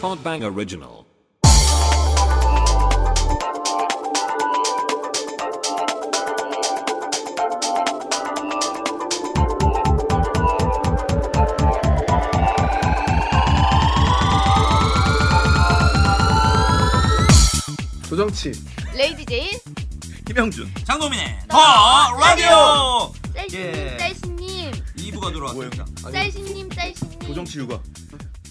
Podbang Original. 조정치 레이디 제인, 김영준 장동민의 더 라디오 예. 쌀씨님, 쌀씨님, 2부가 들어왔습니다. 아니, 쌀씨님, 쌀씨님. 조정치 육아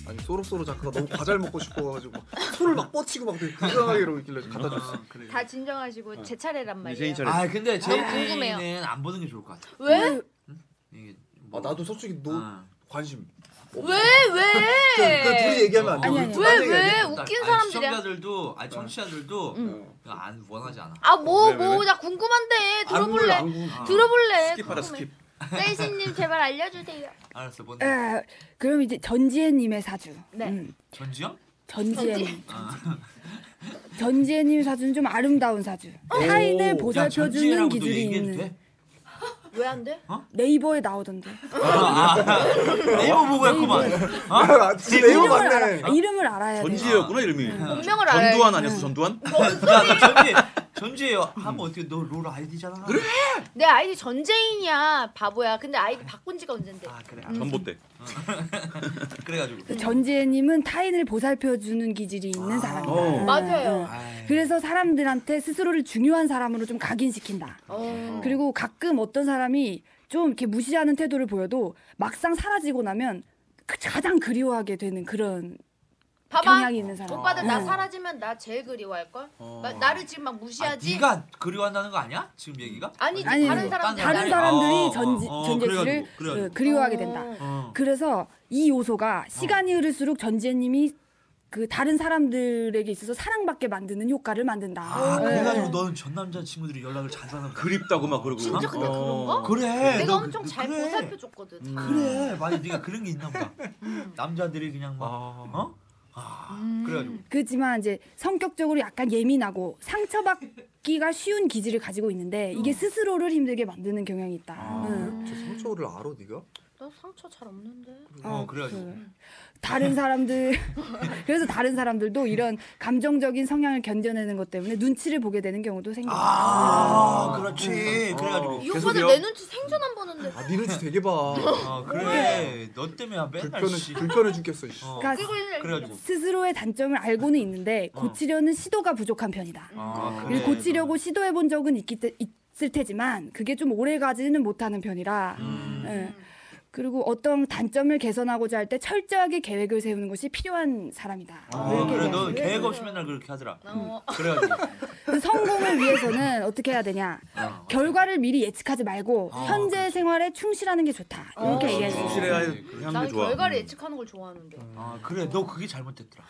아니 소로소로 자크가 너무 과자를 먹고 싶어가지고 막 소를 막 뻗치고 막 되게 이상하게 이러고 있길래 갖다 줬어 다 진정하시고 제 차례란 이제 이 말이에요. 차례 아 근데 궁금해요. 제이는 안 보는 게 좋을 것 같아. 왜? 이게 뭐- 아 나도 솔직히 너 아. 관심 왜? 그, 그 둘이 왜? 얘기하면 안 돼. 아니, 우리 아니. 딴 네. 왜, 얘기 아니야? 왜? 나- 웃긴 아니, 사람들이야. 시청자들도 아니 청취자들도 응. 그거 안 원하지 않아. 아, 뭐, 왜, 왜, 뭐, 왜? 나 궁금한데. 안 굴러, 들어볼래. 안 굴러. 아, 들어볼래. 스킵하라 궁금해. 스킵 쌀씨님, 제발 알려주세요. 알았어 뭔데? 아, 그럼 이제 전지혜님의 사주. 네. 음, 전지현? 전지혜님. 전지혜님 사주는 좀 아름다운 사주. 어. 타인을 보살펴주는 기술이 있는 왜 안 돼? 네이버에 나오던데. 아, 네이버 보고 했구만. 아, 진짜 네이버 이름을 맞네. 알아, 이름을 알아야 돼. 전지혜였구나 이름이 본명을 알아야 네. 전두환 아니었어 전두환? 야나 전지 전지예요. 하면 어떻게 너 롤 아이디잖아. 그래? 내 아이디 전재인이야, 바보야. 근데 아이디 바꾼 지가 언젠데. 아 그래. 전봇대 그래가지고. 그 전지혜님은 타인을 보살펴주는 기질이 있는 사람이다. 어. 음, 맞아요. 음. 아이, 그래서 사람들한테 스스로를 중요한 사람으로 좀 각인시킨다. 어. 그리고 가끔 어떤 사람이 좀 이렇게 무시하는 태도를 보여도 막상 사라지고 나면 그- 가장 그리워하게 되는 그런 봐봐. 경향이 있는 사람. 어. 오빠들 나 응. 사라지면 나 제일 그리워할걸? 어. 어. 나- 나를 지금 막 아, 무시하지? 네가 그리워한다는 거 아니야? 지금 얘기가? 아니지, 아니, 다른 뭐, 사람들. 다른 나를- 사람들이 어, 전지, 어, 전재씨를 그래가지고, 그래가지고. 그, 그리워하게 된다. 어. 어. 그래서 이 요소가 시간이 흐를수록 전재님이 그 다른 사람들에게 있어서 사랑받게 만드는 효과를 만든다. 아 네. 그래가지고 너는 전 남자 친구들이 연락을 자주 하는 거 그립다고 막 그러고 진짜 근데 어. 그런가? 그래. 내가 너 그- 엄청 그- 잘 그래. 음. 보살펴줬거든. 다. 그래. 많이 네가 그런 게 있나 보다. 남자들이 그냥 막 어? 아, 그래가지고 그렇지만 이제 성격적으로 약간 예민하고 상처받기가 쉬운 기질을 가지고 있는데 어. 이게 스스로를 힘들게 만드는 경향이 있다. 아. 네. 응. 저 상처를 알아 네가? 나 상처 잘 없는데. 어, 그래가지고. 다른 사람들 그래서 다른 사람들도 이런 감정적인 성향을 견뎌내는 것 때문에 눈치를 보게 되는 경우도 생겨요. 아, 그렇지. 그래가지고. 이 오빠들 내 눈치 생전 안 보는데. 아, 네 눈치 되게 봐. 어, 그래. 너 때문에 아, 맨날 불편해 씨. 불편해 죽겠어. 씨. 어, 그러니까 그리고 이제 그래가지고. 스스로의 단점을 알고는 있는데 고치려는 시도가 부족한 편이다. 어. 아, 그리고 고치려고 시도해 본 적은 있기 때, 있을 테지만 그게 좀 오래 가지는 못하는 편이라. 음. 예. 그리고 어떤 단점을 개선하고자 할 때 철저하게 계획을 세우는 것이 필요한 사람이다. 어, 이렇게 그래. 너 얘기하시고요. 계획 없이 맨날 그렇게 하더라. 어, 그래가지고. 그 성공을 위해서는 어떻게 해야 되냐? 어. 결과를 미리 예측하지 말고 현재 생활에 충실하는 게 좋다. 이렇게 어. 얘기해 주세요. 충실해야 하는 나는 게 좋아 네, 결과를 예측하는 걸 좋아하는데. 아, 그래. 너 그게 잘못됐더라.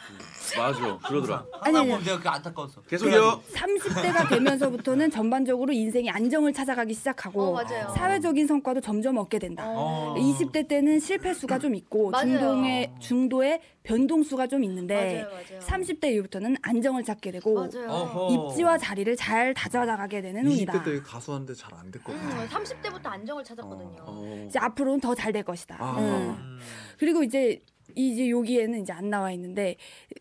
맞아 그러더라 아니, 하나 아니. 보면 내가 그게 안타까웠어. 계속이요 30대가 되면서부터는 전반적으로 인생의 안정을 찾아가기 어 시작하고 맞아요. 사회적인 성과도 점점 얻게 된다. 어. 20대 때는 실패 수가 좀 있고 맞아요. 중동의 중도의 변동 수가 좀 있는데 맞아요, 맞아요. 30대 이후부터는 안정을 찾게 되고 맞아요. 어허. 입지와 자리를 잘 다져나가게 되는 운이다. 20대 때 가수하는데 잘 안 됐거든. 음, 30대부터 안정을 찾았거든요. 어. 이제 앞으로는 더 잘 될 것이다. 아. 음. 음. 그리고 이제 이제 여기에는 이제 안 나와 있는데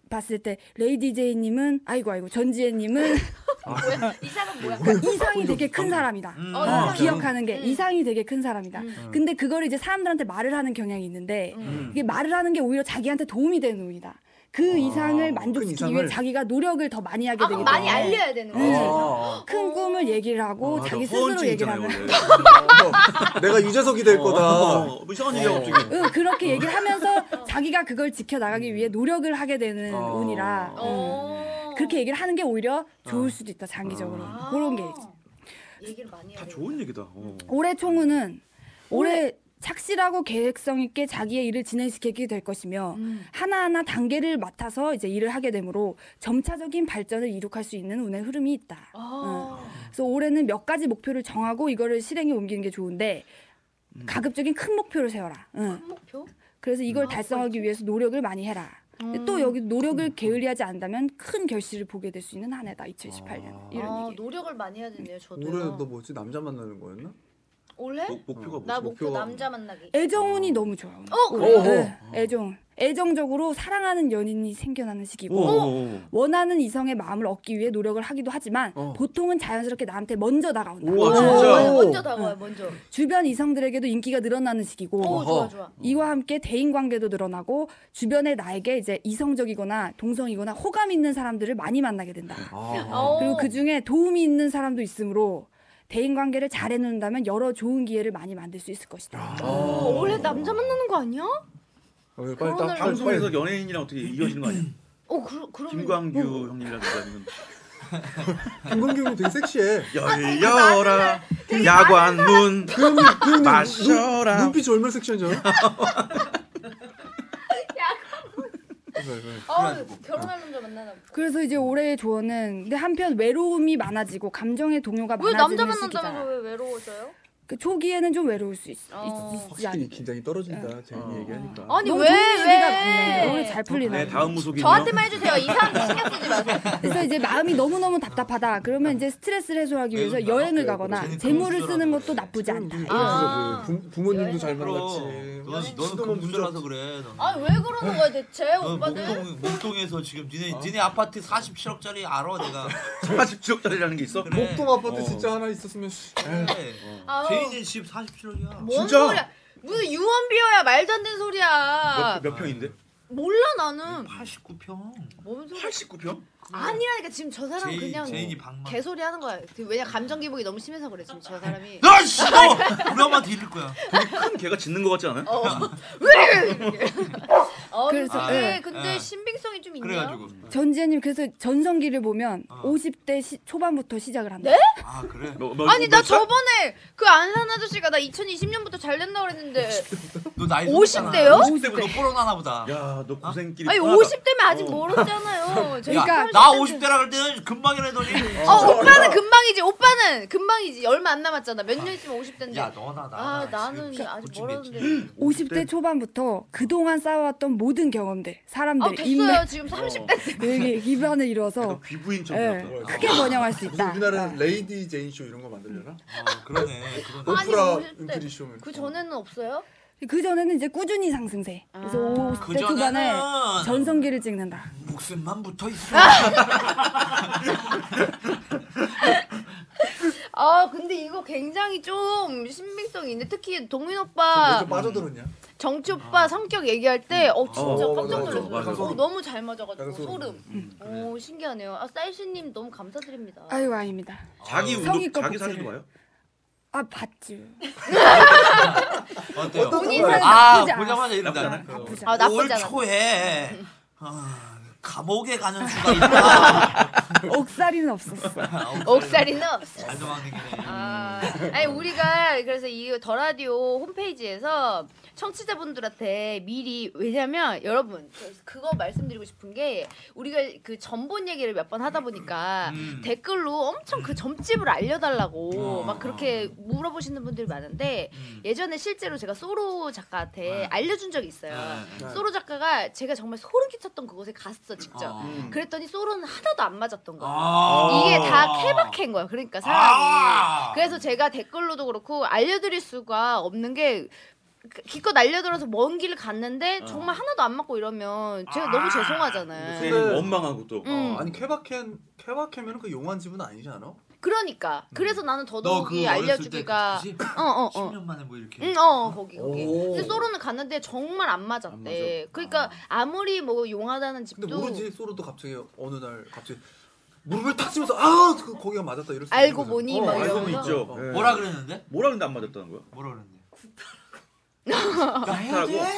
봤을 때 레이디 제이님은 아이고 아이고 전지혜님은 그러니까 뭐야? 이 사람 뭐야? 이상이 되게 큰 사람이다. 음. 어, 어, 이상. 기억하는 게 음. 이상이 되게 큰 사람이다. 음. 근데 그거를 이제 사람들한테 말을 하는 경향이 있는데 이게 말을 하는 게 오히려 자기한테 도움이 되는 운이다. 아, 그 이상을 만족시키기 이상을. 위해 자기가 노력을 더 많이 하게 아, 되기 그럼 많이 때문에 알려야 어. 되는 거지. 아. 큰 꿈을 얘기를 하고 맞아. 자기 스스로 허언증 얘기를 있잖아요, 하면 원래. 아. 내가 유재석이 될 거다. 어, 뭐 이상한 얘기하고 갑자기 응, 어. 그렇게 얘기를 하면서 자기가 그걸 지켜나가기 위해 노력을 하게 되는 어. 운이라 음. 어. 그렇게 얘기를 하는 게 오히려 좋을 수도 있다 장기적으로 아. 그런 게 있지. 얘기를 많이 해야 다 돼. 좋은 얘기다 어. 올해 총우는 올해 착실하고 계획성 있게 자기의 일을 진행시키게 될 것이며 음. 하나하나 단계를 맡아서 이제 일을 하게 되므로 점차적인 발전을 이룩할 수 있는 운의 흐름이 있다. 아. 그래서 올해는 몇 가지 목표를 정하고 이거를 실행에 옮기는 게 좋은데 가급적인 큰 목표를 세워라. 응. 큰 목표? 음. 그래서 이걸 아, 달성하기 위해서 노력을 많이 해라. 근데 또 여기 노력을 게을리하지 않다면 큰 결실을 보게 될 수 있는 한 해다. 2018년 이런 아, 얘기. 노력을 많이 해야 되네요. 저도. 올해 너 뭐지 남자 만나는 거였나? 올해? 목, 목표가 뭐지? 나 목표 목표가- 남자 만나기. 애정운이 너무 좋아요. 어, 올해. 그래요? 네, 애정. 애정적으로 사랑하는 연인이 생겨나는 시기고 오, 오, 어. 오. 원하는 이성의 마음을 얻기 위해 노력을 하기도 하지만 어. 보통은 자연스럽게 나한테 먼저 다가온다. 우와, 어, 진짜. 먼저 다가와요. 먼저. 주변 이성들에게도 인기가 늘어나는 시기고 오 어허. 좋아 좋아. 이와 함께 대인 관계도 늘어나고 주변에 나에게 이제 이성적이거나 동성이거나 호감 있는 사람들을 많이 만나게 된다. 아. 어. 그리고 그 중에 도움이 있는 사람도 있으므로 대인 관계를 잘 해놓는다면 여러 좋은 기회를 많이 만들 수 있을 아. 것이다. 오, 어, 올해 남자 만나는 거 아니야? 어, 아. 빨리 결혼을- 딱 방송에서 연예인이랑 어떻게 이어지는 거 아니야? 어 그, 그러면 김광규 뭐- 형님이랑 아니면 김건기 형이 되게 섹시해. 열려라 야관 문 그 형님, 그 형님 마셔라. 눈, 빛이 얼마나 섹시한지 알아? 네, 네. 아우 결혼할 남자 만나나 보다. 그래서 이제 올해의 조언은 근데 한편 외로움이 많아지고 감정의 동요가 왜 많아지는 남자 만난다면서 시기잖아. 왜 외로워져요? 그 초기에는 좀 외로울 수 있, 어. 있, 있지 확실히 않 긴장이 떨어진다. 재미 어. 얘기하니까. 아니 너무 왜 좋은 얘기가 왜? 아, 오늘 잘 풀리네. 네 다음 무속이요 저한테만 해주세요. 이 사람 신경 쓰지 마세요. 그래서 이제 마음이 너무너무 답답하다. 그러면 이제 스트레스를 해소하기 위해서 배운다. 여행을 그래, 가거나 그래. 재물을 쓰는 것도 그래. 나쁘지 않다. 그래서 아. 그 부, 부모님도 잘 그럼 만났지. 너는 너는 수도만 금수라서 문제 그래. 너는. 아왜 그러는 거야 대체 아, 너 어, 오빠들? 목동 목동에서 어, 지금 니네 니네 아파트 47억짜리 알아 내가. 사십 지역짜리라는 게 있어? 그래. 목동 아파트 어. 진짜 하나 있었으면 씨, 에휴. 그래. 아우. 제인의 집 47억이야. 뭔 진짜? 소리야? 무슨 유언비어야 말도 안 되는 소리야. 몇, 몇 평인데? 몰라 나는. 89평. 뭔 소리? 89평? 아니라니까 지금 저 사람 제인 그냥 제인이 방만. 개소리 하는 거야. 그 왜냐 감정 기복이 너무 심해서 그래 지금 저 사람이. 너 씨, 너 우리 엄마한테 이럴 거야. 큰 개가 짖는 거 같지 않아요? 어. 왜? 이렇게. 어, 그래서, 근데, 예. 근데 예. 신빙성이 좀 있네요. 그래가지고. 전지현님 그래서 전성기를 보면 어. 50대 시- 초반부터 시작을 한다. 네? 아 그래. 뭐, 뭐, 아니 뭐 나 사- 저번에 그 안산 아저씨가 나 2020년부터 잘 된다 그랬는데 너 나이 50대요? 요 50대 너 부터- 코로나나 보다. 야, 야, 너 고생길이 아니 뻔하다. 50대면 아직 어. 모르잖아요. 저희 그러니까- 30대 나 50대라 그럴 때는 금방이라더니. 어, 오빠는 금방이지. 오빠는 금방이지. 얼마 안 남았잖아. 몇 년 있으면 50대인데. 야 너나 나. 아, 나는 아직 멀었는데. 50대 초반부터 그동안 쌓아왔던 모든 경험들, 아, 사람들, 인맥 됐어요. 지금 30대. 여기 약간 기반을 이뤄서 귀부인처럼 예. 생겼다. 크게 번영할 수 무슨 있다. 우리나라는 레이디 제인 쇼 이런 거 만들려나? 아 그러네. 그러네. 아니, 오프라 오실 때 윈프리 쇼. 뭐 그 전에는 없어요? 그 전에는 이제 꾸준히 상승세. 그래서 아. 50대 초반에 그전에는 아. 전성기를 찍는다. 목숨만 붙어 있어. 아, 근데 이거 굉장히 좀 신빙성이 있는데 특히 동민 아, 오빠, 빠져들었냐? 정치 오빠 성격 얘기할 때 어, 진짜 음. 아. 어, 맞아, 깜짝 맞아, 놀랐어요. 맞아. 어, 너무 잘 약간 맞아가지고 소름. 음, 소름. 오, 신기하네요. 아, 사이시 님 너무 감사드립니다. 아유 아닙니다. 자기 운동 성의껏 자기 복제를. 사진도 봐요? 아 봤지. 어때요? 본인 사연 아 나쁘지 않아. 보자마자 이런다. 나쁘지 않아. 아, 나쁘지 올 않아. 초에 아, 감옥에 가는 수가 어, 있다. 억살이는 없었어. 아, 아, 옥살이는 없어. 잘 도망다니네. 아, 아니 우리가 그래서 이 더 라디오 홈페이지에서 청취자분들한테 미리 왜냐면 여러분 그거 말씀드리고 싶은 게 우리가 그 전본 얘기를 몇 번 하다 보니까 음. 댓글로 엄청 그 점집을 알려달라고 어. 막 그렇게 물어보시는 분들이 많은데 음. 예전에 실제로 제가 소로 작가한테 네. 알려준 적이 있어요. 네. 소로 작가가 제가 정말 소름 끼쳤던 그곳에 갔어 직접. 어. 음. 그랬더니 소로는 하나도 안 맞았던 거야. 아. 이게 다 케바케인 거야. 그러니까 사람이. 아. 그래서 제가 댓글로도 그렇고 알려드릴 수가 없는 게 그- 기껏 알려드려서 먼 길을 갔는데 어. 정말 하나도 안 맞고 이러면 제가 너무 죄송하잖아요. 근데- 선생님 원망하고 또 네. 음. 아니 케바케는 케바케면 그 용한 집은 아니지 않아? 그러니까 그래서 나는 너그 더더욱이 어렸을 때 알려주기가 그지? 어어 어. 10년 만에 뭐 이렇게. 응, 어, 거기, 거기. 오. 근데 소로는 갔는데 정말 안 맞았대. 그러니까 아무리 뭐 용하다는 집도 근데 모르지 소로도 갑자기 어느 날 갑자기 무릎을 탁 치면서 아 그, 거기가 맞았다 이럴 수 알고 있는 거잖아. 보니 막 알고는 이러면서. 있죠. 어. 예. 뭐라 그랬는데? 뭐라 근데 안 맞았다는 거야? 뭐라 그랬는데? 나 해야 돼. 해야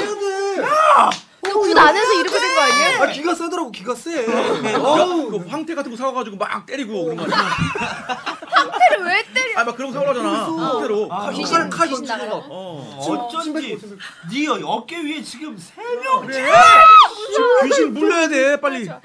돼. 어, 굿 안에서 이렇게 된 거 어. 아니에요? 아 기가 세더라고 기가 세. 그, 어우 황태 같은 거 사와가지고 막 어. 때리고 그런 거 아니야? 황태를 왜 때려? 아막 그런 거 사오라잖아. 황태로. 아, 귀신, 칼, 칼 귀신 던지고 나가라고? 막. 어. 어쩐지 침뱉고, 침뱉고. 네 어깨 위에 지금 세명 그래. 귀신 물려야 어, 돼 빨리.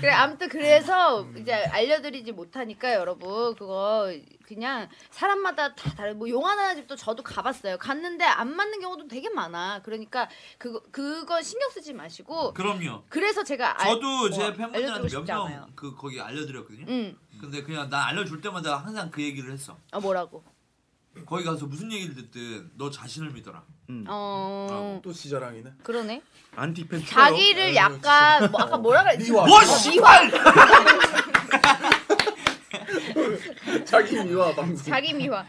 그래 아무튼 그래서 이제 알려드리지 못하니까 여러분 그거 그냥 사람마다 다 다른 뭐 용하다는 집도 저도 가봤어요 갔는데 안 맞는 경우도 되게 많아 그러니까 그거 그거 신경 쓰지 마시고 그럼요. 그래서 제가 알- 저도 어, 제 알려주고 팬분들한테 싶지 않아요. 음. 몇명그 거기 알려드렸거든요. 응, 근데 그냥 나 알려줄 때마다 항상 그 얘기를 했어. 아 뭐라고? 거기 가서 무슨 얘기를 듣든 너 자신을 믿어라. 어 또 지자랑이네. 그러네. 안티팬 자기를 약간 뭐 아까 뭐라 그랬지? 미화. 뭐 씨발! 자기 미화 방송. 자기 미화.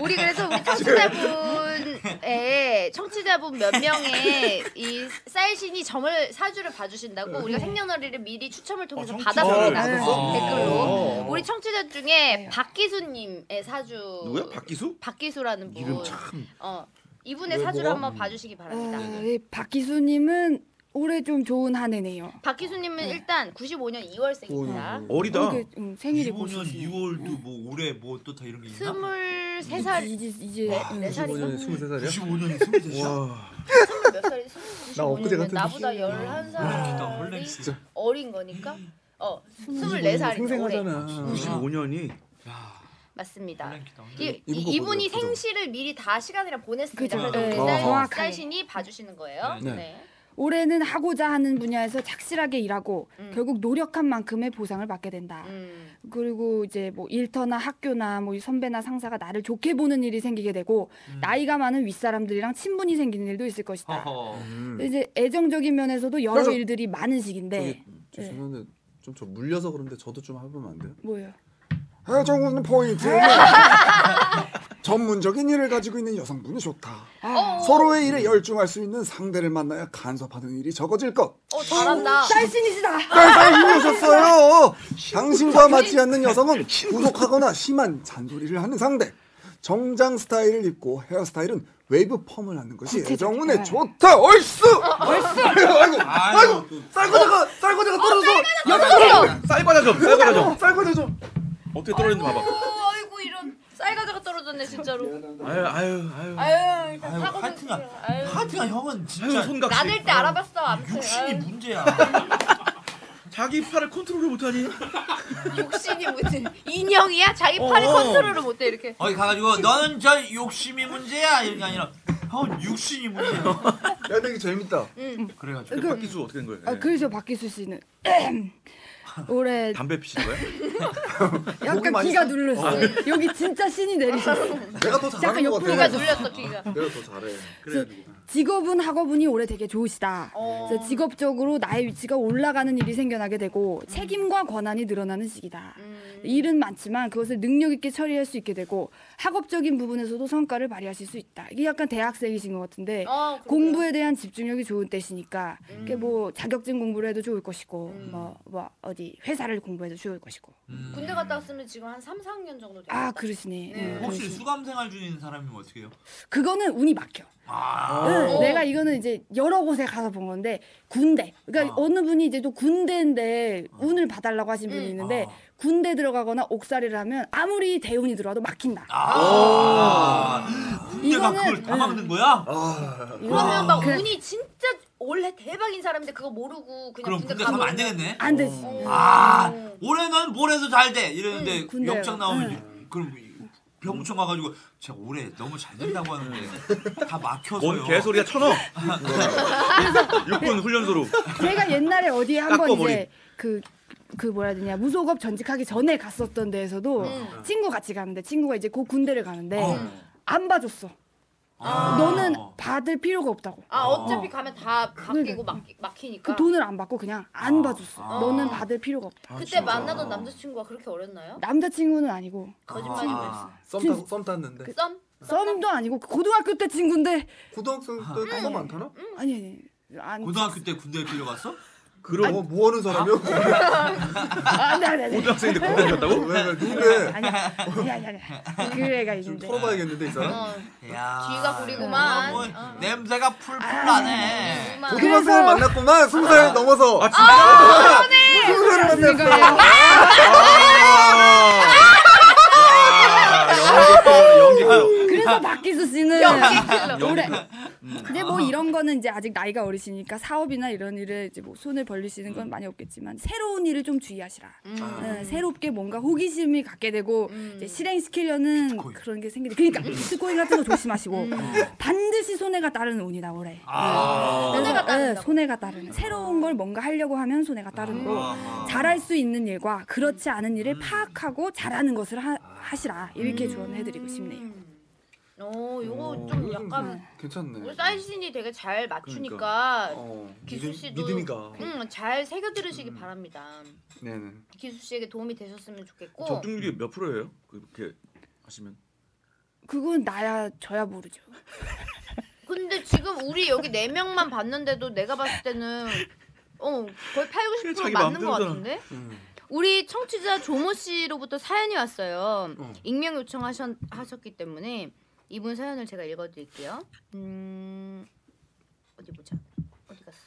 우리 그래서 우리 청취자분의 청취자분 몇 명의 이 쌀신이 점을 사주를 네. 봐주신다고 우리가 생년월일을 미리 추첨을 통해서 아, 어, 청취자를 받았습니다. 받았어? 댓글로 어. 우리 청취자 네. 중에 박기수님의 사주 누구야? 박기수? 박기수라는 분. 이름 참. 어 이분의 왜, 사주를 뭐가? 한번 봐주시기 바랍니다. 음. 아, 예, 박기수님은 올해 좀 좋은 한 해네요. 박기수님은 일단 95년 2월생입니다. 오, 뭐. 어리다. 그게, 음, 생일이 25년 2월도 뭐 올해 뭐 또 다 이런 게 있나? 23살 이제 이제 음. 네 살이 25년에 23살이야? 25년에 23살. 와. 몇 살이 나 엊그제 25년이면 같은 나보다 느낌이야. 나 11살이 헐랭스. 어린 거니까 어 24살이 올해 생생하잖아. 25년이 야, 맞습니다. 헐랭키다. 이, 이분 거 이, 이분이 보세요, 그죠? 생시를 미리 다 시간이랑 보냈습니다. 그죠. 그래서 우리 네. 쌀- 정확하게. 쌀신이 봐주시는 거예요. 네. 네. 올해는 하고자 하는 분야에서 착실하게 일하고 음. 결국 노력한 만큼의 보상을 받게 된다. 음. 그리고 이제 뭐 일터나 학교나 뭐이 선배나 상사가 나를 좋게 보는 일이 생기게 되고 음. 나이가 많은 윗사람들이랑 친분이 생기는 일도 있을 것이다. 허허. 음. 이제 애정적인 면에서도 여러 그래서- 일들이 많은 시기인데 예. 저기, 죄송한데 좀 저 물려서 그런데 저도 좀 해보면 안 돼요? 뭐예요? 해정훈 포인트. 전문적인 일을 가지고 있는 여성분이 좋다. 어, 서로의 일에 열중할 수 있는 상대를 만나야 간섭하는 일이 적어질 것. 어 잘한다. 짤신이시다. 깔깔 힘내셨어요. 당신과 맞지 않는 여성은 구속하거나 심한 잔소리를 하는 상대. 정장 스타일을 입고 헤어스타일은 웨이브 펌을 하는 것이 애정훈의 좋다. 얼쑤. 얼쑤. 아이고. 아이고, 또 쌀과자가 쌀과자가 떨어져서 여자친구. 쌀과자 좀. 쌀과자 좀. 쌀과자 좀. 어떻게 떨어지는지 봐봐. 아이고 이런 쌀가자가 떨어졌네 진짜로. 아유 아유 아유. 아유 일단 아유, 사고 하여튼간. 보세요. 아유. 하트가 형은 아유 진짜 손각시. 나들 때 알아봤어 네. 아무튼. 욕심이 아유. 문제야. 자기 팔을 컨트롤을 못하니. 욕심이 무슨 인형이야? 자기 팔을 어. 컨트롤을 못해 이렇게. 거기 가가지고 너는 저 욕심이 문제야 이런 게 아니라 형은 육신이 문제야. 야 되게 재밌다. 응. 그래가지고 그- 박기수 어떻게 된 거예요? 아, 네. 예. 그래서 박기수 씨는 올해 담배 피신 거예요? 목이 약간 많이 귀가 써? 눌렸어. 네. 여기 진짜 신이 내리셨어. 내가 더 잘하는 잠깐 것 옆으로 같아. 귀가 눌렸어 귀가. 내가 더 잘해. 그래가지고. 직업은 학업운이 올해 되게 좋으시다. 어. 그래서 직업적으로 나의 위치가 올라가는 일이 생겨나게 되고 책임과 권한이 늘어나는 시기다. 음. 일은 많지만 그것을 능력 있게 처리할 수 있게 되고 학업적인 부분에서도 성과를 발휘하실 수 있다. 이게 약간 대학생이신 것 같은데 어, 그러게요. 음. 공부에 대한 집중력이 좋은 때시니까 이게 뭐 자격증 공부를 해도 좋을 것이고 뭐 뭐 어디 회사를 공부해도 좋을 것이고 음. 군대 갔다 왔으면 지금 한 3, 4학년 정도 됐다. 아 그러시네. 네. 응, 혹시 그러시네. 수감 생활 중인 사람이면 어떻게 해요? 그거는 운이 막혀. 아, 응, 어. 내가 이거는 이제 여러 곳에 가서 본 건데 군대. 그러니까 아. 어느 분이 이제 또 군대인데 운을 봐달라고 하신 분이 아. 음. 있는데 아. 군대 들어가거나 옥살이를 하면 아무리 대운이 들어와도 막힌다. 아, 군대가 이거는- 그걸 다 막는 거야? 아 그러면 막 그- 운이 진짜 원래 대박인 사람인데 그거 모르고 그냥 그럼 군대 가면 안 되겠네. 안 되지. 어. 아, 올해는 뭘해서 잘 돼. 이랬는데 응, 군대요. 역장 나오면 이제 그럼 병무청 가가지고 제가 올해 너무 잘 된다고 하는데 다 막혀서요. 뭔 개소리야 천어. 육군 훈련소로. 제가 옛날에 어디에 한번 깎고 이제 그, 그 뭐라 해야 되냐 무소속 전직하기 전에 갔었던 데에서도 음. 친구 같이 가는데 친구가 이제 곧 군대를 가는데 어. 안 봐줬어. 아. 너는 받을 필요가 없다고. 아 어차피 가면 다 바뀌고 막, 그 막히니까. 돈을 안 받고 그냥 안 아. 봐줬어. 아. 너는 받을 필요가 없다. 아, 그때 진짜. 만나던 남자친구가 그렇게 어렸나요? 남자친구는 아, 아니고 그 거짓말이 뭐였어? 썸타 썸 탔는데 썸? 어, 썸도 아니고 고등학교 때 친구인데 고등학생 때썸 많다나? 아니 음. 아니 안 고등학교 때 군대 끌려갔어? 그럼 뭐, 뭐 하는 사람이야? 아, 네, 네, 네. 고등학생인데 군대 갔다고? 왜, 왜 누군데? 아니 아니 아니 아니 그 애가 지금 있는데 털어봐야겠는데 이 사람. 어. 야, 뒤가 구리구만. 뭐, 어. 냄새가 풀풀 나네. 정말. 고등학생을 만났구만 스무 살 넘어서. 아 진짜? 스무 살을 만났어. 그러니까 아, 연기 연기. 그래서 박기수 씨는 올해 근데 뭐 이런 거는 이제 아직 나이가 어리시니까 사업이나 이런 일에 이제 뭐 손을 벌리시는 건 많이 없겠지만 새로운 일을 좀 주의하시라. 음. 응, 새롭게 뭔가 호기심이 갖게 되고 이제 실행시키려는 스코일. 그런 게 생기는 그러니까 스코일 같은 거 조심하시고 반드시 손해가 따르는 운이다 올해. 아, 그래서, 손해가 따른다고? 예, 손해가 따르는 새로운 걸 뭔가 하려고 하면 손해가 따르는 거. 아. 잘할 수 있는 일과 그렇지 않은 일을 파악하고 잘하는 것을 하, 시라 이렇게 조언해드리고 싶네요. 음. 오, 요거 어, 좀 요즘 약간 그- 괜찮네. 우리 사이신이 되게 잘 그러니까. 맞추니까 어, 기수 믿음- 씨도 믿음이가 음, 잘 새겨 들으시기 바랍니다. 네네. 기수 씨에게 도움이 되셨으면 좋겠고 적중률이 몇 프로예요? 그렇게 하시면 그건 나야 저야 모르죠. 근데 지금 우리 여기 네 명만 봤는데도 내가 봤을 때는 어 거의 8, 90% 자기 맞는 것 마음대로잖아. 같은데 우리 청취자 조모 씨로부터 사연이 왔어요. 익명 요청하셨기 때문에 이분 사연을 제가 읽어드릴게요. 음 어디 보자 어디 갔어?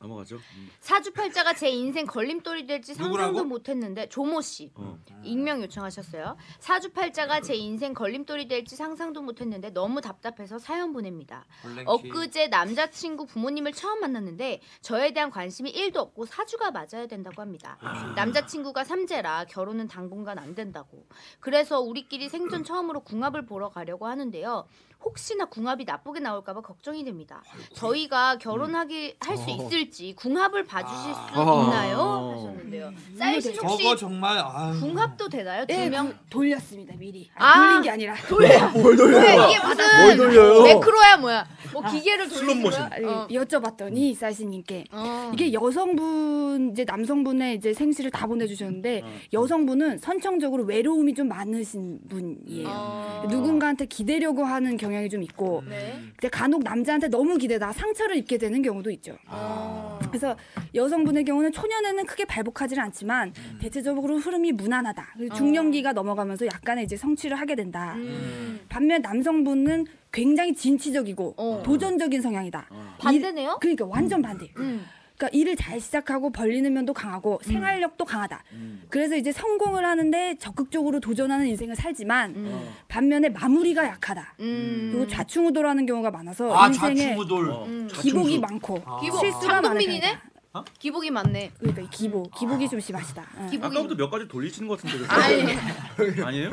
넘어가죠. 음. 사주팔자가 제 인생 걸림돌이 될지 상상도 누구라고? 못했는데 조모 씨 어. 익명 요청하셨어요. 사주팔자가 제 인생 걸림돌이 될지 상상도 못했는데 너무 답답해서 사연 보냅니다. 아, 엊그제 남자친구 부모님을 처음 만났는데 저에 대한 관심이 1도 없고 사주가 맞아야 된다고 합니다. 남자친구가 삼재라 결혼은 당분간 안 된다고. 그래서 우리끼리 생전 처음으로 궁합을 보러 가려고 하는데요. 혹시나 궁합이 나쁘게 나올까봐 걱정이 됩니다. 저희가 결혼하기 할 수 있을지 궁합을 봐주실 수 어. 있나요? 하셨는데요. 쌀씨 혹시 저거 정말 아 궁합도 되나요? 두 예, 명? 그 돌렸습니다 미리. 네. 아. 아, 돌린 게 아니라. 돌려. 뭘 왜 돌려요? 네, 이게 뭘 무슨 돌려요? 매크로야 뭐야? 뭐 기계를 돌리는 거야? 슬롯머신. 아니, 어. 예, 여쭤봤더니 사이스님께 어. 이게 여성분 이제 남성분의 이제 생시를 다 보내주셨는데 어. 여성분은 선천적으로 외로움이 좀 많으신 분이에요. 어. 누군가한테 기대려고 하는 경향이 좀 있고 네. 근데 간혹 남자한테 너무 기대다 상처를 입게 되는 경우도 있죠. 아. 어. 그래서 여성분의 경우는 초년에는 크게 발복하지는 않지만 음. 대체적으로 흐름이 무난하다. 그리고 어. 중년기가 넘어가면서 약간의 이제 성취를 하게 된다. 음. 반면 남성분은 굉장히 진취적이고 어. 도전적인 성향이다. 반대네요. 그러니까 완전 반대. 음. 그러니까 일을 잘 시작하고 벌리는 면도 강하고 생활력도 강하다. 음. 그래서 이제 성공을 하는데 적극적으로 도전하는 인생을 살지만 음. 반면에 마무리가 약하다. 음. 그리고 좌충우돌하는 경우가 많아서 아 어, 인생에 좌충우돌 어, 기복이 많고 기복. 실수가 많은 장동민이네? 편이다. 기복이 많네. 그러니까 이 음. 기복, 기복이 아. 좀 심하시다. 어. 응. 기복이. 아까부터 몇 가지 돌리시는 것 같은데 아니. 네. 그래서. 아니에요?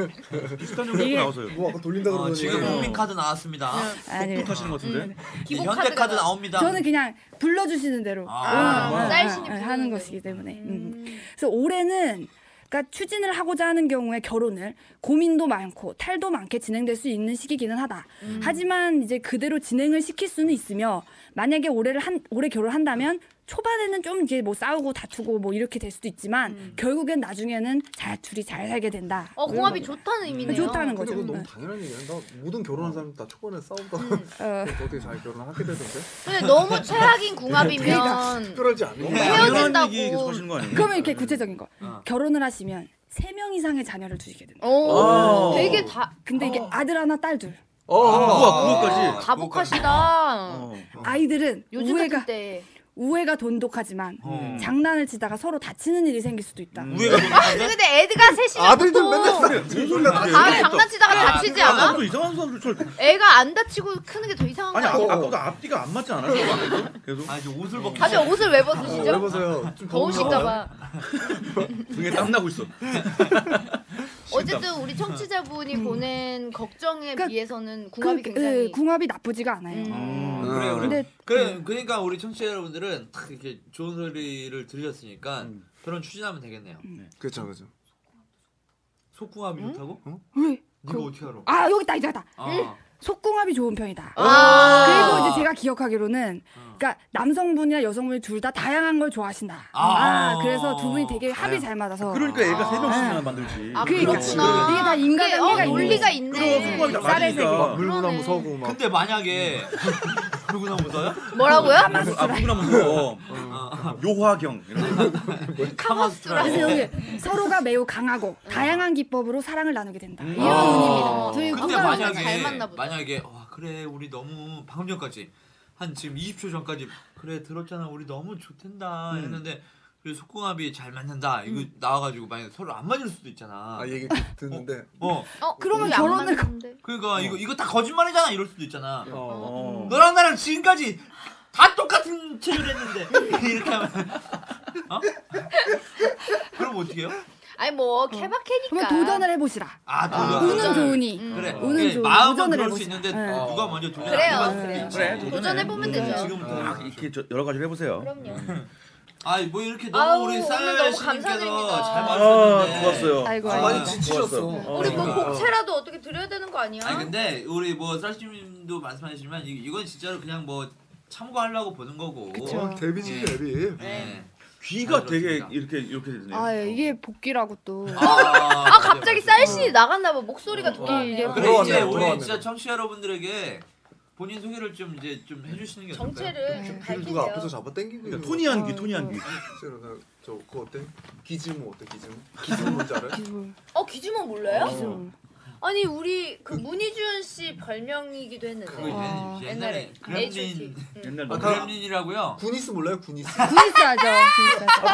비슷한 정도 이게- 나와서요. 뭐 아까 돌린다 아, 그러더니 지금 어. 국민 카드 나왔습니다. 아니, 똑똑하시는 것 같은데. 이제 기복 현대 카드 카드가 나와. 나옵니다. 저는 그냥 불러주시는 대로 아, 응, 응, 쌀신이 응, 응, 부르는 하는 거예요. 것이기 때문에. 음. 그래서 올해는 그러니까 추진을 하고자 하는 경우에 결혼을 고민도 많고 탈도 많게 진행될 수 있는 시기기는 하다. 음. 하지만 이제 그대로 진행을 시킬 수는 있으며 만약에 올해를 한 올해 결혼한다면 초반에는 좀 이제 뭐 싸우고 다투고 뭐 이렇게 될 수도 있지만 결국엔 나중에는 잘 둘이 잘 살게 된다. 음. 어 궁합이 좋다는 의미네요. 좋다는 근데 거죠. 그거 너무 응. 당연한 얘기야. 나 모든 결혼한 사람 다 초반에 싸우다가 어, 어떻게 잘 결혼을 하게 되던데. 근데 너무 최악인 그러니까. 음. 궁합이면 특별하지 않은 너무 거야. 당연한 헤어진다고. 얘기 계속 하시는 거 아니에요? 그러면 이렇게 구체적인 거 어. 결혼을 하시면 세 명 이상의 자녀를 두시게 된다. 오, 오. 되게 다 근데 이게 아들 하나 딸 둘. 어, 우와 그거까지. 가복하시다. 어. 아이들은 요즘 우애가 같은 때. 우애가 돈독하지만 어. 장난을 치다가 서로 다치는 일이 생길 수도 있다. 우회가 아니, 뭔데? 근데 애드가 셋이면 아들들 보통- 맨날 그래 무슨 소리야 그게. 아 장난치다가 아, 다치지 그거 않아? 아까도 이상한 사람들 철. 애가 안 다치고 크는 게 더 이상한 거 아니 아까- 아니야? 아까도 앞뒤가 안 맞지 않았어? 계속 아 이제 옷을 벗기. 다들 옷을 왜 어, 벗으시죠? 왜 보세요? 좀 더우실까 더우신가 봐. 등에 땀 나고 있어. 어쨌든 우리 청취자분이 보낸 걱정에 음. 그러니까 비해서는 궁합이 그- 굉장히 음. 예, 궁합이 나쁘지가 않아요. 봐. 그래 그래. 근데 그래 그러니까 우리 청취자 여러분들은 딱 이렇게 좋은 소리를 들으셨으니까 음. 결혼 추진하면 되겠네요. 그렇죠, 그렇죠. 속궁합이 좋다고? 왜? 네가 어떻게 알아? 아 여기 있다 여기 있다. 아, 속궁합이 좋은 편이다. 아. 그리고 이제 제가 기억하기로는 그러니까 남성분이나 여성분이 둘 다 다양한 걸 좋아하신다. 아. 아, 그래서 두 분이 되게 합이 잘 맞아서. 그러니까 애가 세 명씩이나 네. 만들지. 아, 그러니까. 그렇구나. 이게 다 그게, 인간관계가 어, 있는 논리가 거지. 음. 그럼 있네. 속궁합이 다 쌀의 맞으니까. 물구나무 그러네. 서고 막. 근데 만약에 누구나 웃어요? 뭐라고요? 아 물구나무 서고. 요화경. 이런 거. 카마스트라. 그래서 네. 여기 서로가 매우 강하고 다양한 기법으로 사랑을 나누게 된다. 이런 아. 의미입니다. 둘이 근데 건강하게 만약에 잘 맞나 보다. 만약에 와 그래 우리 너무 방금 전까지 한 지금 20초 전까지 그래 들었잖아 우리 너무 좋댄다 했는데 그래 속궁합이 잘 맞는다 이거 나와가지고 만약 에 서로 안 맞을 수도 있잖아. 아 얘기 듣는데 어 어, 그러면 우리 안 결혼을 맞는데. 그러니까 이거 이거 다 거짓말이잖아 이럴 수도 있잖아. 어. 너랑 나랑 지금까지 다 똑같은 체를 했는데 이렇게 하면 어? 그럼 어떻게요? 아니 뭐 케바케니까. 음. 한번 도전을 해보시라. 아 아, 도전. 운은 좋으니. 그래. 운은 그래, 좋은 마음은 도전을 그럴 수 해보자. 있는데 네. 누가 먼저 도전 그래요, 안 해봤을 어. 그래요. 수도 네, 있지. 그래, 도전해. 도전해 보면 되죠. 지금부터 막 이렇게 저- 여러 가지를 해보세요. 그럼요. 아뭐 이렇게 너무 아우, 우리 오늘 쌀 너무 씨님께서 감사드립니다. 잘 아, 맞으셨는데 고맙어요. 아이고, 아, 아이고. 많이 지치셨어. 어, 우리 뭐 그러니까. 곡체라도 어떻게 드려야 되는 거 아니야? 아니 근데 우리 뭐 쌀씨님도 말씀하시지만 이- 이건 진짜로 그냥 뭐 참고하려고 보는 거고. 그쵸. 어, 데뷔지 데뷔. 그 네. 귀가 잘 되게 들었습니다. 이렇게 이렇게 되네요. 어. 아 예, 이게 복귀라고 또. 아, 아 갑자기 쌀신이 나갔나 봐 목소리가 어, 듣기 이게 어, 그래 돌아왔네요, 이제 우리 돌아왔네요. 진짜 청취 자 여러분들에게 본인 소개를 좀 이제 좀 해주시는 게 어떨까요? 정체를 귀를 좀그 누가 밝히세요. 앞에서 잡아 당기고 그러니까 있는 토니 한귀 토니 한귀. 실제로 나- 저 그거 어때? 기즈모 어때 기즈모? 기즈모 뭔지 알아요? 어 기주몽 몰라요? 기준. 아니 우리 그 문희준 씨 별명이기도 했는데 그거 이제 어, 옛날에 HOT. 그렘린 응. 옛날 노래. 아, 그렘린이라고요. 구니스 몰라요 구니스? 그리스하죠.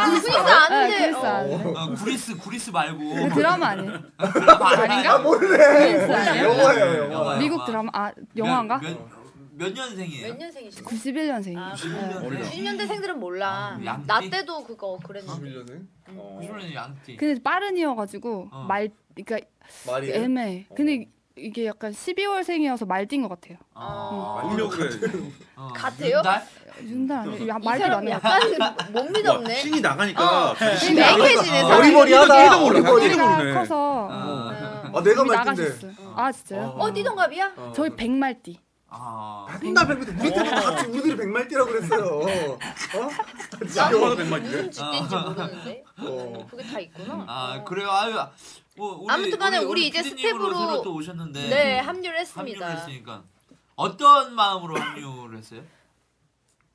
그리스하죠. 아, 그니까 아는데 그리스 안 해. 어, 구리스 구리스 말고 그 드라마 아니에요. 아닌가? 그리스 아니에요. 영화예요, 영화. 영화. 미국 드라마 아 영화인가? 어. 몇몇 년생이에요? 몇 년생이시죠? 91년생이에요. 아, 어리다. 90년대생들은 몰라. 아, 양띠? 나 때도 그거 그랬는데. 91년생? 어. 90년 양띠. 근데 빠른 이어가지고 어. 말 그러니까 말이 애매. 근데 이게 약간 12월생이어서 말띠인 것 같아요. 어. 울려 그래. 어. 같아요? 날? 윤다 이 아, 말도 사람 안 해요. 약간 못 와, 믿었네. 신이 나가니까. 어. 되게 그 되게 신이 아, 약해지네, 나가니까. 사람이. 머리머리하다. 끼도 몰라. 머리머리. 끼도 모르네. 키가 어, 커서 아. 어, 아 내가 이미 말인데. 나가셨어요. 아 진짜요? 어 니동갑이야? 저희 백말띠. 아. 맨날 백미도 우리 때도 같이 우리들이 백말띠라 그랬어요. 나도 봐도 백마인데. 무슨 짓인지 모르는데. 어. 그게 다 있구나. 아 어. 그래요. 아유. 뭐 우리, 아무튼간에 우리 이제 피디님으로 스텝으로- 새로 또 오셨는데 네 합류를 합류를 했습니다. 했으니까 어떤 마음으로 합류를 했어요?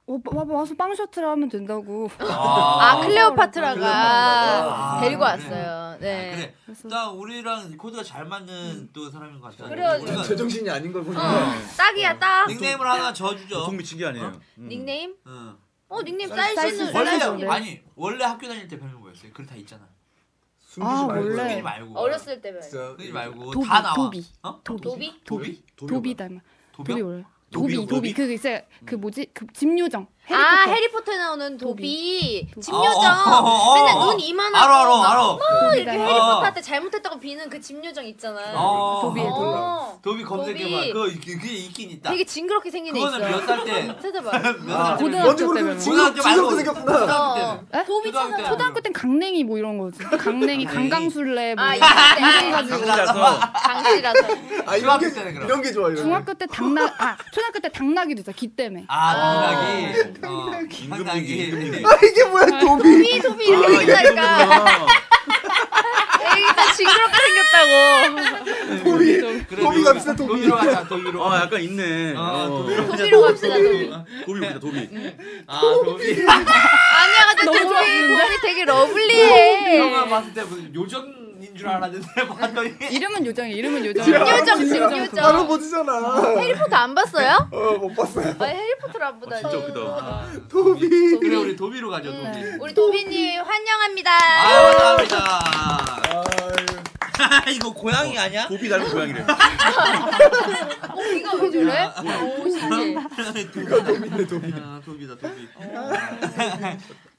어, 와- 와서 빵 셔틀을 하면 된다고. 아 클레오파트라가 클레오파트라가 데리고 그래. 왔어요. 아, 네. 그래. 그래서 나 우리랑 코드가 잘 맞는 또 사람인 것 같아요. 그래요. 우리가 제정신이 아닌 걸 보니까. 어 딱이야 딱. 닉네임을 하나 져주죠. 보통 아, 미친 게 아니에요. 음. 닉네임? 응. 어 닉네임 쌀씨는- 쌀씨는 원래 쌀씨인데. 아니 원래 학교 다닐 때 별명 뭐였어요? 그걸 다 있잖아. 숨기지 아, 말고. 원래. 숨기지 말고. 어렸을 때면 진짜 숨기지 말고 도비, 다 나와. 도비. 어? 도비. 도비? 도비? 도비 닮아. 도비 도비? 올라. 도비요, 도비 도비? 도비 그 이제 그 뭐지 그 집요정. 아 해리포터. 해리포터에 나오는 도비 도비. 집요정 어, 어, 어, 어. 맨날 눈뭐 이만하고 알어 알어 막 알어. 어, 이렇게 도비다. 해리포터한테 잘못했다고 비는 그 집요정 있잖아 어. 도비에 어. 돌아. 도비 검색해봐. 도비. 그거 이- 그게 있긴 있다. 되게 징그럽게 생긴 애 있어 그거는 몇 살 때? 찾아봐 어. 몇살 때? 고등학교 뭔지 모르겠는데 때문에. 고등학교 말고 징그럽게 생겼구나. 고등학교 때. 어. 도비처럼 초등학교 초등 초등학교 땐 강냉이 뭐 이런 거지. 강냉이, 강강술래 뭐. 아 이때 혼자서 강씨라서 아 이런 게 중학교 때는 그럼. 이런 게 좋아 이런. 게. 중학교 때 당나 아 초등학교 때 당나귀도 있어 기 때문에. 아, 아. 당나귀. 어, 임금님이 임금님. 아 이게 뭐야 도비? 도비 도비 아, 이렇게 생겼다니까 임금님이구나. 애기가 징그럽게 생겼다고 도비. 그래, 도비 갑시다, 도비. 도비로 하자. 도비로. 아 약간 있네. 아, 어. 도비로. 도비로 갑시다 도비 도비 웃기다 도비. 아, 도비. 아니야 근데 너무 도비 좋았는데? 몸이 되게 러블리해 형아 봤을 때 무슨 요정인 줄 알았는데 봤더니 이름은 요정이 이름은 요정. 요정, 요정. 바로 보지잖아. 해리포터 안 봤어요? 어못 봤어요. 아 해리포터를 안 보다니 진짜 웃기다. 아, 도비. 그래 우리 도비로 가죠 도비. 음, 우리 도비님 환영합니다 아 감사합니다. 어. 아유. 이거 고양이 아니야? 도비 닮은 고양이래. 어, 이거 왜 저래? 어, 오 신기해 아, 도비네 도비. 아, 도비다 도비.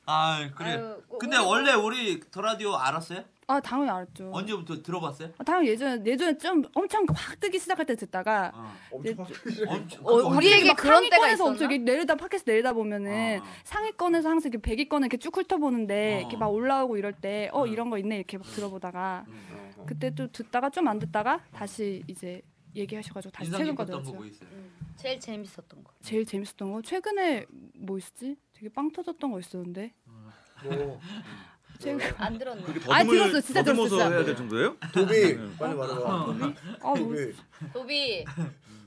아 어. 그래. 아유, 우- 근데 우리 뭐- 원래 우리 더 라디오 알았어요? 아 당연히 알았죠. 언제부터 들어봤어요? 아, 당연히 예전에 예전에 좀 엄청 확 뜨기 시작할 때 듣다가 어. 네, 엄청 확- 엄청 어, 그거 우리 언제- 얘기 막 그런 때가 상위권에서 있었나? 엄청 이렇게 내려다 팟캐스트 내려다 보면은 어. 상위권에서 항상 이렇게 100위권을 이렇게 쭉 훑어보는데 어. 이렇게 막 올라오고 이럴 때 어 어. 이런 거 있네 이렇게 막 들어보다가 음. 그때 또 듣다가 좀 안 듣다가 다시 이제 얘기하셔가지고 다시 인상 최근 거 깊었던 거 들었어요. 뭐 있어요? 음, 제일 재밌었던 거 제일 재밌었던 거 최근에 뭐 있었지? 되게 빵 터졌던 거 있었는데 어, 뭐, 최근 안 들었네 그렇게 아니, 더듬을- 들었어요. 진짜 더듬어서 들었어요. 해야 될 정도예요? 도비 빨리 말해봐. 아막 뭐 도비. 도비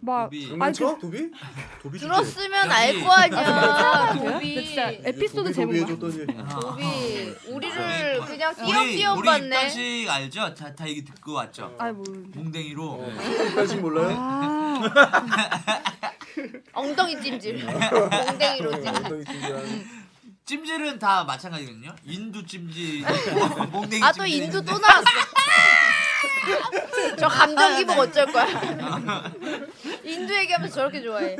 도비. 어, 아니, 그 장난쳐? 도비? 도비 주제. 들었으면 알 거 아니야 근데 도비 진짜 에피소드 제목 만 해줬더니 도비 우리를 그냥 아, 우리 띄엄띄엄 우리 어. 봤네 입단식 알죠? 다, 다 얘기 듣고 왔죠. 아이 뭐 뭘 몽댕이로 입단식 어, 몰라요? 아, 엉덩이 찜질 엉덩이로 찜질 어떤 음, 친구랑 찜질은 다 마찬가지거든요. 인두 찜질, 뭐, 몽댕이 아 또 찜질. 인도 또 나왔어 저 아, 감정 네. 기복 어쩔 거야 인도 얘기하면서 저렇게 좋아해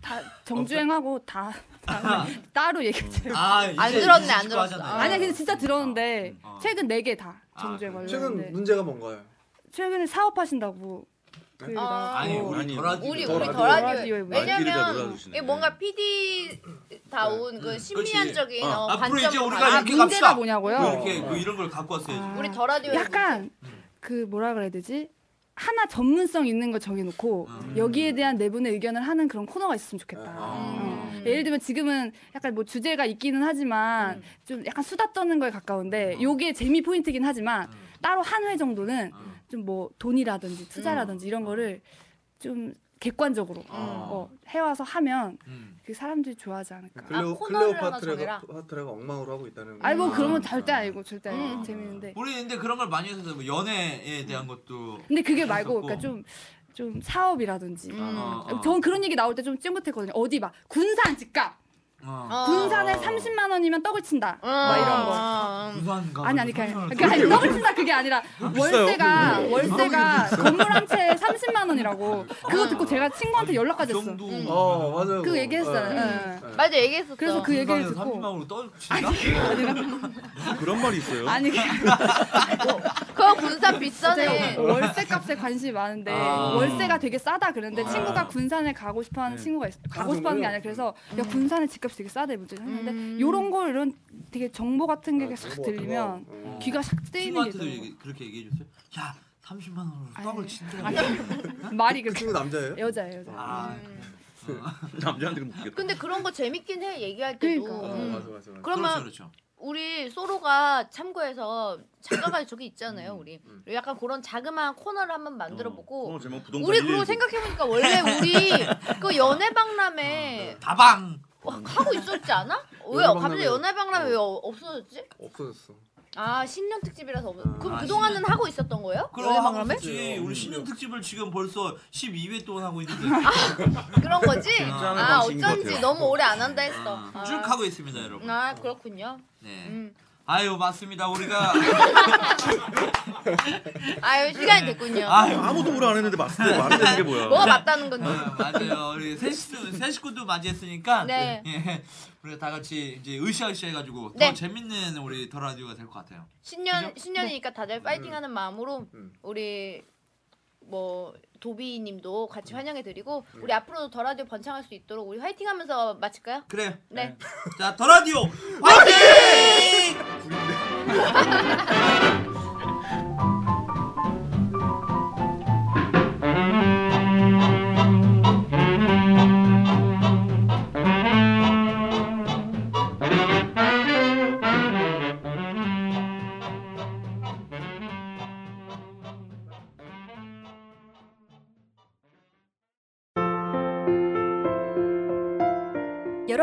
다 정주행하고 다, 다 따로 얘기했어요. 아, 이제 안 들었네, 안 이십 들었어. 하잖아요. 아니야 근데 진짜 들었는데 어. 최근 네 개 다 아, 정주행 그래. 최근 관련인데 문제가 아. 뭔가요? 최근에 사업하신다고 그 얘기 나왔고. 어, 아니 우리 아니, 더라디오 우리 더 우리 라디오. 더 라디오에 라디오에 많이 길을 잘 왜냐면 몰아주시네. 이게 뭔가 PD 다운 그 심리학적인 어. 어, 앞으로 이제 관점으로 우리가 봐야 아, 이렇게 문제가 갑시다. 뭐냐고요? 뭐 이렇게 어. 뭐 이런 걸 갖고 왔어요. 아, 우리 더 라디오 약간 그 뭐라 그래야 되지? 하나 전문성 있는 걸 정해놓고 음. 여기에 대한 네 분의 의견을 하는 그런 코너가 있으면 좋겠다. 아. 어. 예를 들면 지금은 약간 뭐 주제가 있기는 하지만 음. 좀 약간 수다 떠는 거에 가까운데 음. 요게 재미 포인트긴 아. 하지만 음. 따로 한 회 정도는 음. 좀 뭐 돈이라든지 투자라든지 이런 거를 좀 객관적으로 아. 어, 해와서 하면 음. 그 사람들이 좋아하지 않을까. 클레오, 아, 코너를 하나 정해라. 클레오파트라가 파트라가 엉망으로 하고 있다는 아니 뭐 아. 그런 건 절대 아니고 절대 아니고 음. 재밌는데 우리 근데 그런 걸 많이 해서 뭐 연애에 대한 것도 근데 그게 말고 그렇고. 그러니까 좀 좀 사업이라든지 음. 아, 아. 전 그런 얘기 나올 때 좀 찡긋했거든요. 어디 막 군산 집값, 어. 군산에 아. 30만 원이면 떡을 친다. 막 이런 거. 어. 무관가 아니 아니 그냥 그러니까 아니, 떡을 친다 그게 아니라 월세가 월세가 건물 한 채에 30만 원이라고 그거 듣고 제가 친구한테 연락까지 아, 그 했어. 음. 어 맞아요. 음. 그 얘기했어요. 예. 맞아 얘기했었어. 그래서 그 얘기를 듣고 30만으로 떨친다? 그 그런 말이 있어요. 아니 그거 군산 비싸네. 제가 월세 값에 관심이 많은데 아. 월세가 되게 싸다 그랬는데 아. 친구가 군산에 가고 싶어하는 네. 친구가 있어 가고 싶어하는 게 아니라 그래서 야 군산에 집값이 되게 싸대 문제 했는데 음. 이런 거 이런 되게 정보 같은 아, 게싹 들리면 어. 귀가 싹 뜨이는 친구한테도 게 얘기, 그렇게 얘기해 줬어요? 야 30만 원으로 아니, 떡을 진짜 아니. 있더라고요. 말이 그 그렇게 친구 남자예요? 여자예요 여자 아, 음. 남자한테는 웃기겠다. 근데 그런 거 재밌긴 해 얘기할 때도. 그러니까. 어, 음. 맞아 맞아 맞아. 그러면 그렇죠, 우리 소로가 참고해서 작가가 저기 있잖아요 우리. 음. 약간 그런 자그마한 코너를 한번 어, 만들어보고. 오늘 제목 부동산 우리 그러고 일일이. 생각해보니까 원래 우리 그 연애박람회 그렇죠. 다방 와, 하고 있었지 않아? 왜 연애박람회. 갑자기 연애박람회 왜 어- 없어졌지? 없어졌어. 아 신년 특집이라서 없... 그럼 아, 그동안은 하고 있었던 거예요? 그럼 하고 연애박람회? 있지. 음. 우리 신년 특집을 지금 벌써 12회 동안 하고 있는데 아, 그런 거지? 괜찮은 아 방식인 것 어쩐지 같아요. 너무 오래 안 한다 했어 아, 아, 쭉 하고 있습니다, 여러분. 아 그렇군요 네. 음. 네. 아유 맞습니다. 우리가 아유 시간이 됐군요 아유 아무도 뭐라 안 했는데 맞을 때 말을 되는 게 뭐야? 뭐가 맞다는 건지 아, 맞아요. 우리 새 식구, 새 식구도 맞이했으니까 네. 예, 우리가 다 같이 이제 으쌰으쌰 해가지고 더 네. 재밌는 우리 더 라디오가 될 것 같아요. 신년 신년이니까 다들 파이팅하는 음. 마음으로 음. 우리 뭐 도비님도 같이 환영해드리고 우리 앞으로도 더 라디오 번창할 수 있도록 우리 화이팅하면서 마칠까요? 그래. 네. 자, 더 라디오 화이팅!